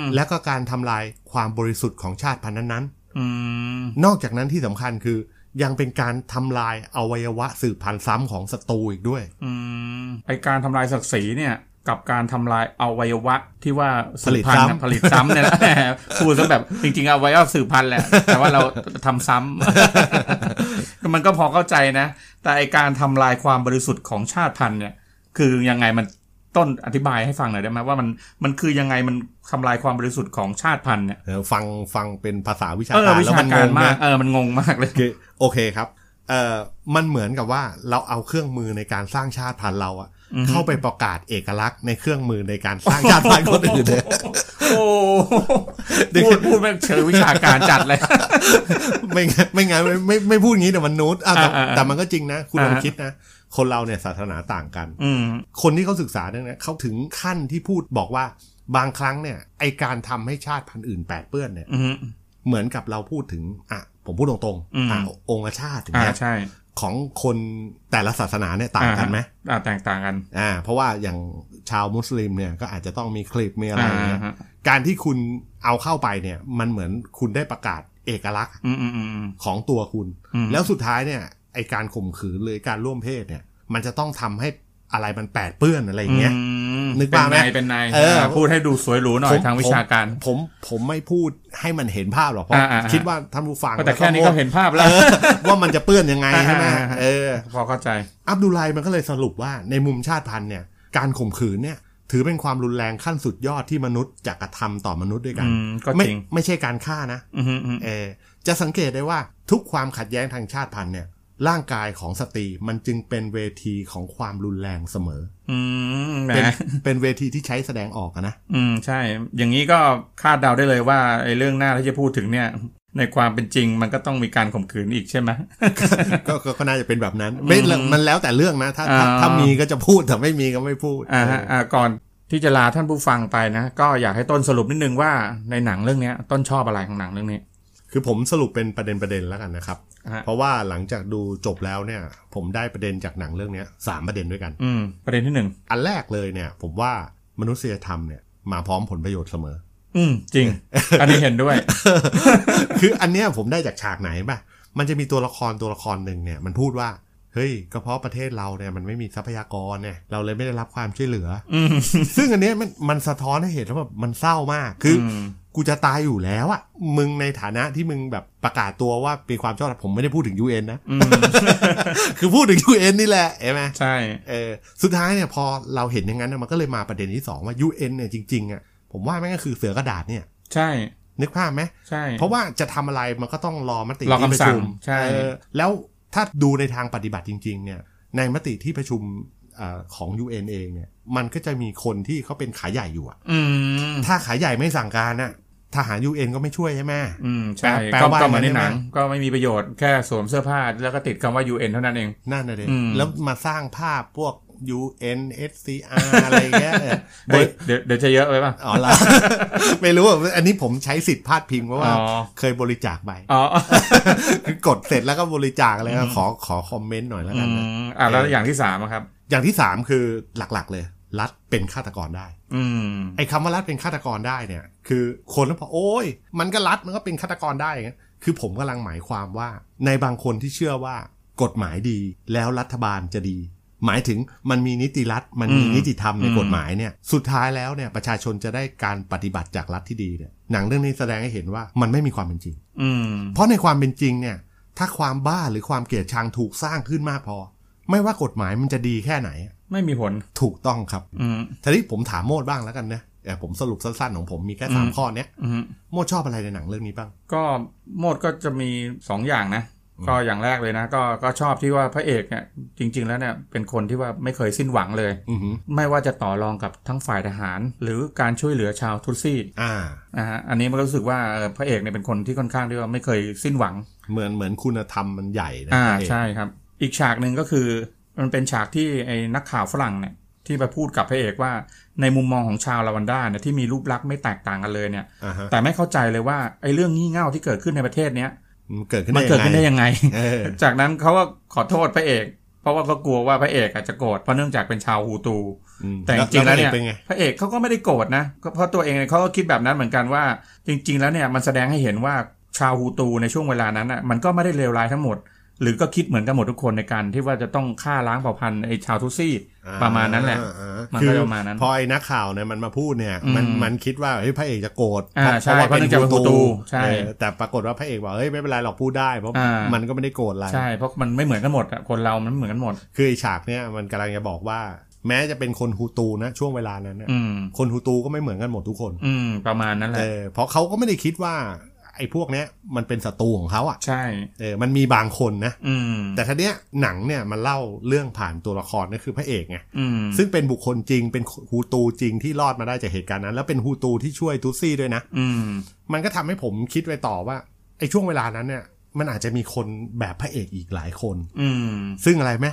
B: ม
A: และก็การทำลายความบริสุทธิ์ของชาติพันธุ์นั้น
B: อืม
A: ๆ นอกจากนั้นที่สำคัญคือ ยังเป็นการทำลายอวัยวะสืบพันธุ์ซ้ำของศัตรูอีกด้วย
B: อืมไอการทำลายศักดิ์ศรีเนี่ย กับการทำลายอวัยวะที่ว่า
A: ผลิต
B: สืบพันธุ์
A: ซ้ำ
B: นะผลิตซ้ำเนี่ยแหละ พูดซะแบบจริงๆเอาไว้ว่าสืบพันธุ์แหละ แต่ว่าเราทำซ้ำ มันก็พอเข้าใจนะ แต่ไอการทำลายความบริสุทธิ์ของชาติพันธุ์เนี่ย คือยังไงมันต้นอธิบายให้ฟังหน่อยได้ไหมว่ามันมันคือยังไงมันทำลายความบริสุทธิ์ของชาติพันธุ์เนี่ย
A: เออฟังฟังเป็นภาษาวิชา
B: เออ
A: การ
B: วิ
A: แล้ว
B: ชา
A: มันง
B: การ
A: งไหม
B: มากเออมันงงมากเลย
A: คือโอเคครับเออมันเหมือนกับว่าเราเอาเครื่องมือในการสร้างชาติพันธุ์เราอะเข้าไปประกาศเอกลักษณ์ในเครื่องมือในการสร้างชาติพันธุ์คนอื่นเลย
B: โอ้พูดพูดแม่งเชิงวิชาการจัดเลย
A: ไม่งั้นไม่งั้นไม่ไม่ไม่พูดอย่างนี้แต่มันนูดอ่ะแต่
B: อ่าอ่า
A: แต่มันก็จริงนะ คุณลอง
B: อ่า
A: คิดนะ คนเราเนี่ยศาสนาต่างกัน
B: อืม
A: คนที่เขาศึกษาเนี่ยนะเขาถึงขั้นที่พูดบอกว่าบางครั้งเนี่ยไอการทำให้ชาติพันธุ์อื่นแปดเปื้อนเนี่ย
B: อืม
A: เหมือนกับเราพูดถึงอ่ะผมพูดตรง
B: อืม
A: ๆอ่ะองค์ชาติอย่าง
B: อ่า
A: เงี้ย
B: ใช่
A: ของคนแต่ละศาสนาเนี่ยต่างกันไหม
B: อ่าแตกต่างกัน
A: อ่าเพราะว่าอย่างชาวมุสลิมเนี่ยก็อาจจะต้องมีคลิปมีอะไร
B: อ่า
A: อย่างเงี้ย
B: ฮะ
A: การที่คุณเอาเข้าไปเนี่ยมันเหมือนคุณได้ประกาศเอกลักษณ์
B: อืมอืมอืมอืม
A: ของตัวคุณ
B: อืม
A: แล้วสุดท้ายเนี่ยไอการข่มขืนหรือการร่วมเพศเนี่ย มันจะต้องทำให้อะไรมันแปดเปื้อนอะไรอย่างเงี้ย
B: ม
A: นึกภาพไหม
B: เป็นนายเป็นนาย
A: เออ
B: พูดให้ดูสวยหรูหน่อยทางวิชาการ
A: ผมผมไม่พูดให้มันเห็นภาพหรอกเพราะ
B: อ่าอ่าอ่า
A: คิดว่าท่านผู้ฟัง
B: ก็แต่แค่นี้ก็เห็นภาพ
A: เอ
B: แล้ว
A: อว่ามันจะเปื้อนยังไงใช่ไหม
B: อ่าอ่าอ่า
A: เออ
B: พอเข้าใจ
A: อับดุลไลมันก็เลยสรุปว่าในมุมชาติพันธุ์เนี่ย การข่มขืนเนี่ย ถือเป็นความรุนแรงขั้นสุดยอดที่มนุษย์จะกระทำต่อมนุษย์ด้วยกัน
B: อืมก็
A: ไม่
B: จริง
A: ไม่ใช่การฆ่านะ
B: อืมอืมอืม
A: เออจะสังเกตได้ว่าทุกความขัดแย้งทางชาติพันธุ์เนี่ย ร่างกายของสตรีมันจึงเป็นเวทีของความรุนแรงเสมอ
B: อืมแหม
A: เป็นเป็นเวทีที่ใช้แสดงออกอะ นะ
B: อืมใช่ อย่างนี้ก็คาดเดาได้เลยว่าไอ้เรื่องหน้าที่จะพูดถึงเนี่ย ในความเป็นจริงมันก็ต้องมีการข่มขืนอีกใช่ไหม
A: ก็ก็ก็น่าจะเป็นแบบนั้นไม่ละมันแล้วแต่เรื่องนะถ้าถ้า
B: อ่า
A: ถ้ามีก็จะพูดแต่ไม่มีก็ไม่พูด
B: อ่าฮะอ่าก่อนที่จะลาท่านผู้ฟังไปนะ ก็อยากให้ต้นสรุปนิดนึงว่าในหนังเรื่องเนี้ย ต้นชอบอะไรของหนังเรื่องนี้
A: คือผมสรุปเป็นประเด็นประเด็นแล้วกันนะครับ
B: อ่า
A: เพราะว่าหลังจากดูจบแล้วเนี่ย ผมได้ประเด็นจากหนังเรื่องเนี้ยสามประเด็นด้วยกัน
B: อืม ประเด็นที่หนึ่ง
A: อันแรกเลยเนี่ย ผมว่ามนุษยธรรมเนี่ยมาพร้อมผลประโยชน์เสมอ
B: อืม จริ ง อันนี้เห็นด้วย
A: คืออันเนี้ยผมได้จากฉากไหนป่ะ มันจะมีตัวละครตัวละครหนึ่งเนี่ย มันพูดว่า เฮ้ยก็เพราะประเทศเราเนี่ยมันไม่มีทรัพยากรเนี่ย เราเลยไม่ได้รับความช่วยเหลืออ
B: อืม
A: ซึ่งอันเนี้ยมันมันสะท้อนให้เห็นว่าแบบมันเศร้ามาก คืออ
B: ม
A: กูจะตายอยู่แล้วอะมึงในฐานะที่มึงแบบประกาศตัวว่าเป็นความชอบธรรมผมไม่ได้พูดถึง UN นะ
B: อืม
A: คือพูดถึง UN นี่แหละเห็นไหม
B: ใช่
A: เออสุดท้ายเนี่ยพอเราเห็นอย่างนั้นนะมันก็เลยมาประเด็นที่สองว่า UN เนี่ยจริงๆอะผมว่าแม่งก็คือเสือกระดาษเนี่ย
B: ใช่
A: นึกภาพไหม
B: ใช่
A: เพราะว่าจะทำอะไรมันก็ต้องรอมติ
B: รอ
A: ที่ประ
B: คำสั่
A: ชุ
B: ง
A: ม
B: ใช่
A: เออแล้วถ้าดูในทางปฏิบัติจริง ๆ เนี่ย ในมติที่ประชุมเออของ UN เองเนี่ย มันก็จะมีคนที่เขาเป็นขาใหญ่อยู่อะ
B: อืม
A: ถ้าขาใหญ่ไม่สั่งการน่ะทหาร UN ก็ไม่ช่วยใช่ไหม
B: อืม ใช่
A: แปลแปล
B: ก็
A: ว่า
B: ก็เหมือนใน
A: อย่างนั้น
B: หนัง
A: ใช่ไหม
B: ก็ไม่มีประโยชน์แค่สวมเสื้อผ้า แล้วก็ติดคำว่า UN เท่านั้นเอง
A: นั่นน่ะเด็
B: อืม
A: แล้วมาสร้างภาพพวก UNSCR อะไรเงี้ยเออ โด
B: เดี๋ยวย เดี๋ยวเดี๋ยวจะเยอะไปป่ะ
A: อ๋อ ละ ไม่รู้อะอันนี้ผมใช้สิทธิ์พาดพิงเพราะว่า
B: อ๋อ
A: เคยบริจาค ไป
B: อ๋อ
A: คือกดเสร็จแล้วก็บริจาคเลยอะขอขอคอมเมนต์หน่อยแล้ว
B: อื
A: กันนะ
B: ม อ่าแล้วอย่างที่สามอะครับ
A: อย่างที่สามคือหลักๆเลย รัฐเป็นฆาตกรได้
B: อืม
A: ไอ้คำว่ารัฐเป็นฆาตกรได้เนี่ย คือคนก็บอกโอ้ย มันก็รัฐมันก็เป็นฆาตกรได้อย่างเงี้ยคือผมกำลังหมายความว่า ในบางคนที่เชื่อว่ากฎหมายดีแล้วรัฐบาลจะดี หมายถึงมันมีนิติรัฐ มันมี
B: อืม
A: นิติธรรมใน
B: อืม
A: กฎหมายเนี่ยสุดท้ายแล้วเนี่ยประชาชนจะได้การปฏิบัติจากรัฐที่ดีเนี่ยหนังเรื่องนี้แสดงให้เห็นว่ามันไม่มีความเป็นจริง
B: อืม
A: เพราะในความเป็นจริงเนี่ย ถ้าความบ้าหรือความเกลียดชังถูกสร้างขึ้นมากพอ ไม่ว่ากฎหมายมันจะดีแค่ไหน
B: ไม่มีผล
A: ถูกต้องครับ
B: อืม
A: ทีนี้ผมถามโมดบ้างแล้วกันนะแต่ผมสรุปสั้นๆของผมมีแค่สาม
B: อืม
A: ข้อเนี้ย
B: อืม
A: โมดชอบอะไรในหนังเรื่องนี้บ้าง
B: ก็โมดก็จะมีสองอย่างนะ
A: อืม
B: ก็อย่างแรกเลยนะ ก็ก็ชอบที่ว่าพระเอกเนี่ยจริง ๆ แล้วเนี่ยเป็นคนที่ว่าไม่เคยสิ้นหวังเลย
A: อือหือ
B: ไม่ว่าจะต่อรองกับทั้งฝ่ายทหาร หรือการช่วยเหลือชาวทุตซี่
A: อ่า
B: นะฮะอันนี้มันก็รู้สึกว่าเอ่อพระเอกเนี่ยเป็นคนที่ค่อนข้างที่ว่าไม่เคยสิ้นหวัง
A: เหมือนเหมือนคุณธรรมมันใหญ่นะ
B: อ่า
A: เอก
B: ใช่ครับ อีกฉากหนึ่งก็คือมันเป็นฉากที่ไอ้นักข่าวฝรั่งเนี่ยที่ไปพูดกับพระเอกว่าในมุมมองของชาวลาวันด้าเนี่ยที่มีรูปลักษณ์ไม่แตกต่างกันเลยเนี่ย
A: อ่าฮะ
B: แต่ไม่เข้าใจเลยว่าไอ้เรื่องงี่เง่าที่เกิดขึ้นในประเทศเนี้ย
A: มันเกิดขึ้น
B: มัน
A: ได้
B: เกิด
A: ยัง
B: ขึ้น
A: ไง
B: ได้ยังไง
A: เออ
B: จากนั้นเขาก็ขอโทษพระเอก เพราะว่าเขากลัวว่าพระเอกอาจจะโกรธเพราะเนื่องจากเป็นชาวฮูตู
A: อืม
B: แต่จริงๆแล้วเนี่ย
A: เป็นไง
B: พระเอกเขาก็ไม่ได้โกรธนะก็เพราะตัวเองเนี่ยเขาก็คิดแบบนั้นเหมือนกันว่า จริง ๆ แล้วเนี่ยมันแสดงให้เห็นว่าชาวฮูตูในช่วงเวลานั้นน่ะมันก็ไม่ได้เลวร้ายทั้งหมด หรือก็คิดเหมือนกันหมดทุกคนในการที่ว่าจะต้องฆ่าล้างเผ่าพันธุ์ไอ้ชาวทุตซี่
A: อ่
B: ประมาณนั้นแหละ
A: อ่า
B: มันก็
A: คือ
B: จะประมาณนั้น
A: พอไอ้นักข่าวเนี่ยมันมาพูดเนี่ย
B: อืม
A: มันมันคิดว่าเฮ้ยพระเอกจะโกรธ
B: อ่าใช่เพราะเนื่องจากเป็นฮูตูใช่
A: เออแต่ปรากฏว่าพระเอกบอกเฮ้ยไม่เป็นไรหรอกพูดได้ เพราะ
B: อ่ามั
A: มันก็ไม่ได้โกรธอะไร
B: ใช่เพราะมันไม่เหมือนกันหมดอะคนเรามันไม่เหมือนกันหมด
A: คือไอ้ฉากเนี่ยมันกำลังจะบอกว่า แม้จะเป็นคนฮูตูนะช่วงเวลานั้นน่ะ
B: อืม
A: คนฮูตูก็ไม่เหมือนกันหมดทุกคน
B: อืม ประมาณนั้นแห
A: เอ
B: ละ
A: อเพราะเขาก็ไม่ได้คิดว่า ไอ้พวกเนี้ยมันเป็นศัตรูของเขาอ่ะ
B: ใช่
A: เออมันมีบางคนนะ
B: อืม
A: แต่ทีเนี้ยหนังเนี่ยมันเล่าเรื่องผ่านตัวละครก็คือพระเอกไง
B: อืม
A: ซึ่งเป็นบุคคลจริงเป็นฮูตูจริงที่รอดมาได้จากเหตุการณ์นั้น แล้วเป็นฮูตูที่ช่วยทุตซี่ด้วยนะ
B: อืม
A: มันก็ทำให้ผมคิดไปต่อว่าไอ้ช่วงเวลานั้นเนี่ย มันอาจจะมีคนแบบพระเอกอีกหลายคน
B: อืม
A: ซึ่งอะไรไหม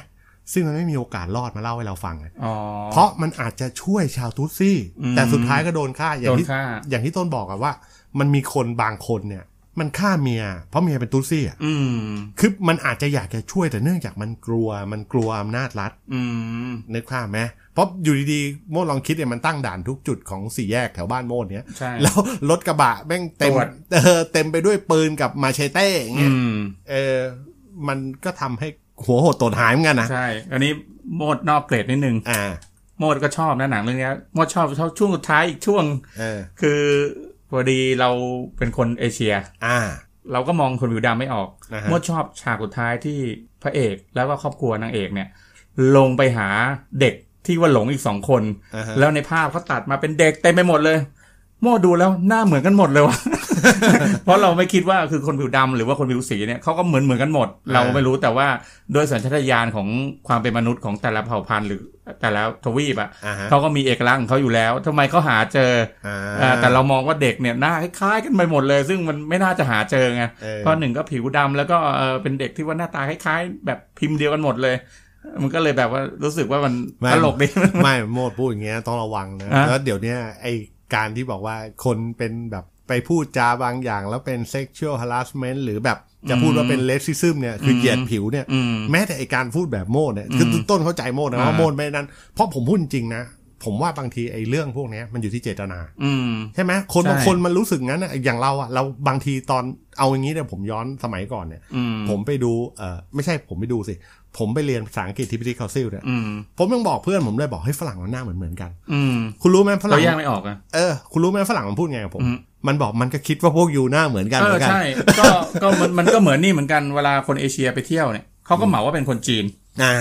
A: ซึ่งมันไม่มีโอกาสรอดมาเล่าให้เราฟังไง
B: อ๋อ
A: เพราะมันอาจจะช่วยชาวทุตซี่
B: อืม
A: แต่สุดท้ายก็โดนฆ่าอย่า
B: โด
A: ง
B: น
A: ที่
B: ฆ่า
A: อย่างที่ต้นบอกอะว่า มันมีคนบางคนเนี่ย มันฆ่าเมีย เพราะเมียเป็นทุตซี่อะ
B: อืม
A: คือมันอาจจะอยากจะช่วยแต่เนื่องจากมันกลัวมันกลัวอำนาจรัฐ
B: อืม
A: นึกภาพไหมเพราะอยู่ดีๆ โมดลองคิดเนี่ยมันตั้งด่านทุกจุดของสี่แยกแถวบ้านโมดเนี้ย
B: ใช่
A: แล้วรถกระบะแม่งเต็ม
B: ตรวจ
A: เออเต็มไปด้วยปืนกับมาเชเต้อย่างเงี้ย
B: อืม
A: เออมันก็ทำให้หัวโหดตดหายเหมือนกันนะ
B: ใช่ อันนี้โมดนอกเกรดนิดนึง
A: อ่า
B: โมดก็ชอบนะหนังเรื่องเนี้ยโมดชอบชอบช่วงสุดท้ายอีกช่วง
A: เออ
B: คือพอดีเราเป็นคนเอเชีย
A: อ่า
B: เราก็มองคนผิวดำไม่ออก
A: อ่าฮะ
B: โมดชอบฉากสุดท้ายที่พระเอกแล้วก็ครอบครัวนางเอกเนี่ย ลงไปหาเด็กที่ว่าหลงอีกสองคน
A: อ่าฮะ
B: แล้วในภาพเขาตัดมาเป็นเด็กเต็มไปหมดเลย โมดูแล้วหน้าเหมือนกันหมดเลยวะ เพราะเราไม่คิดว่าคือคนผิวดำหรือว่าคนผิวสีเนี่ยเขาก็เหมือนเหมือนกันหมด เราไม่รู้แต่ว่าโดยสัญชาตญาณของความเป็นมนุษย์ของแต่ละเผ่าพันธุ์หรือแต่ละทวีปอะ
A: อ่าฮะ
B: เขาก็มีเอกลักษณ์ของเขาอยู่แล้วทำไมเขาหาเจอ
A: อ่า
B: ออ่าแต่เรามองว่าเด็กเนี่ยหน้าคล้ายๆกันไปหมดเลย ซึ่งมันไม่น่าจะหาเจอไง
A: เออ
B: เพราะหนึ่งก็ผิวดำแล้วก็เออเป็นเด็กที่ว่าหน้าตาคล้ายๆ แบบพิมพ์เดียวกันหมดเลย มันก็เลยแบบว่ารู้สึกว่ามันตลกดี
A: ไม่โมดพูดอย่างเงี้ยต้องระวังนะ
B: อ่ะ
A: แล้วเดี๋ยวเนี้ยไอการที่บอกว่าคนเป็นแบบไปพูดจาบางอย่าง แล้วเป็น sexual harassment หรือแบบจะพูดว่าเป็น racism เนี่ยคือเหยียดผิวเนี่ย
B: อืม
A: แม้แต่ไอการพูดแบบโมดเนี่ยคือต้นเข้าใจโมดนะว่า
B: อ่า
A: โมดไม่นั้น เพราะผมพูดจริงๆนะ ผมว่าบางทีไอเรื่องพวกเนี้ยมันอยู่ที่เจตนา
B: อืม
A: ใช่ไหมคน
B: ใช่
A: บางคนมันรู้สึกงั้นอะอย่างเราอะเราบางทีตอนเอาอย่างนี้เนี่ยผมย้อนสมัยก่อนเนี่ย
B: อืม
A: ผมไปดูเออไม่ใช่ผมไปดูสิ ผมไปเรียนภาษาอังกฤษที่พิธีคาซิลเนี่ย
B: อืม
A: ผมยังบอกเพื่อนผมเลยบอกให้ฝรั่งมันหน้าเหมือนเหมือนๆกัน
B: อืม
A: คุณรู้ไหมฝรั่
B: เรา
A: ง
B: แยกไม่ออกอ่ะ
A: เออคุณรู้ไหมฝรั่งมันพูดไงกับผม
B: อืม
A: มันบอกมันก็คิดว่าพวกยูหน้าเหมือนกัน
B: เอ
A: เหมือ
B: อ
A: นกัน
B: ใช่ ก็ก็มันมันก็เหมือนนี่เหมือนกันเวลาคนเอเชียไปเที่ยวเนี่ยเขาก็เหมาว่าเป็นคนจีน
A: อ่า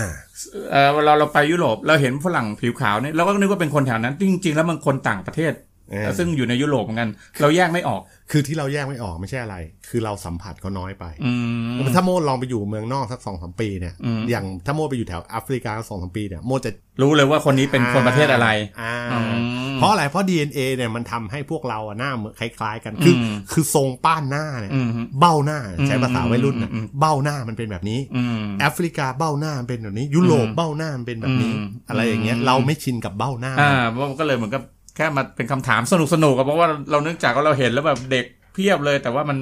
B: เออเวลาเราไปยุโรปเราเห็นฝรั่งผิวขาวเนี่ยเราก็นึกว่าเป็นคนแถวนั้นจริง ๆ แล้วมันคนต่างประเทศ
A: เออ
B: ซึ่งอยู่ในยุโรปเหมือนกัน เราแยกไม่ออก
A: คือที่เราแยกไม่ออกไม่ใช่อะไร คือเราสัมผัสเขาน้อยไป
B: อืม
A: ถ้าโมลองไปอยู่เมืองนอกสักสองสามปีเนี่ย
B: อืม
A: อย่างถ้าโมไปอยู่แถวแอฟริกาสองสามปีเนี่ยโมจะ
B: รู้เลยว่าคนนี้เป็นคนประเทศอะไร
A: อ่า
B: อืม
A: เพราะอะไรเพราะ DNA เนี่ยมันทำให้พวกเราอะหน้าเหมือนคล้ายๆ กันคืออ
B: ม
A: คือทรงป้านหน้าเนี่ย
B: อืม
A: เบ้าหน้าใช้ภาษาวัยรุ่นนะ
B: อืมอืม
A: เบ้าหน้ามันเป็นแบบนี้
B: อืม
A: แอฟริกาเบ้าหน้ามันเป็นแบบนี้ ยุโรป
B: อืม
A: เบ้าหน้ามันเป็นแบบนี้
B: อืม
A: อะไรอย่างเงี้ยเราไม่ชินกับเบ้าหน้า
B: อ่าเพราะมันก็เลยเหมือนกับแค่มาเป็นคำถามสนุกสนุกอะเพราะว่าเราเนื่องจากว่าเราเห็นแล้วแบบเด็กเพียบเลย แต่ว่ามัน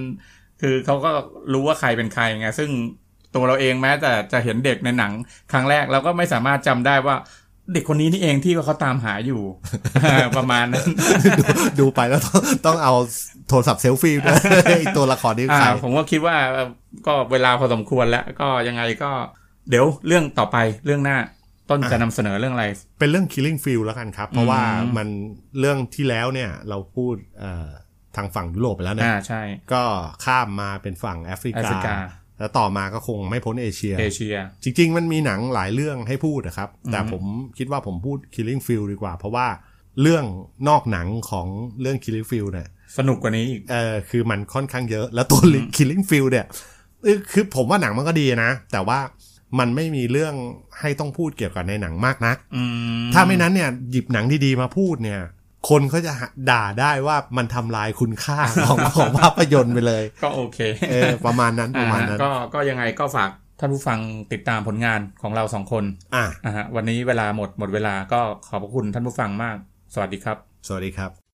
B: คือเขาก็รู้ว่าใครเป็นใครไงซึ่งตัวเราเองแม้แต่จะเห็นเด็กในหนังครั้งแรกเราก็ไม่สามารถจำได้ว่า เด็กคนนี้นี่เองที่ว่าเขาตามหาอยู่ ประมาณนั้น
A: ดูดูไปแล้วต้องต้องเอาโทรศัพท์เซลฟี่ด้วย ไอ้ตัวละครนี่
B: อ่า
A: ใคร
B: ผมก็คิดว่าเอ่อก็เวลาพอสมควรแล้วก็ยังไงก็ เดี๋ยวเรื่องต่อไปเรื่องหน้า ต้นจะนำเสนอเรื่องอะไร
A: เป็นเรื่อง Killing Field แล้วกันครับ เพราะว่า
B: อืม
A: มันเรื่องที่แล้วเนี่ยเราพูดเอ่อทางฝั่งยุโรปไปแล้วนะ
B: อ่าใช่
A: ก็ข้ามมาเป็นฝั่งแอฟริ
B: แอฟริกา
A: แล้วต่อมาก็คงไม่พ้นเอเชีย
B: เอเชีย
A: จริงๆ มันมีหนังหลายเรื่องให้พูดนะครับ แต่ผมคิดว่าผมพูด Killing Field ดีกว่า เพราะว่าเรื่องนอกหนังของเรื่อง Killing Field เนี่ย
B: สนุกกว่านี้อีก
A: เออคือมันค่อนข้างเยอะ แล้วตัว Killing Field เนี่ยเออคือผมว่าหนังมันก็ดีนะ แต่ว่ามันไม่มีเรื่องให้ต้องพูดเกี่ยวกับในหนังมากนัก
B: อืม
A: ถ้าไม่นั้นเนี่ย หยิบหนังดีๆมาพูดเนี่ย คนเขาจะหาด่าได้ว่ามันทำลายคุณค่าของ ของภาพยนตร์ไปเลย
B: ก็โอเค
A: เออประมาณนั้นประมาณ
B: อ่า
A: นั้น
B: ก็ก็ยังไงก็ฝากท่านผู้ฟังติดตามผลงานของเราสองคน
A: อ่ะ
B: อ่าฮะวันนี้เวลาหมดหมดเวลาก็ขอบพระคุณท่านผู้ฟังมาก สวัสดีครับ
A: สวัสดีครับ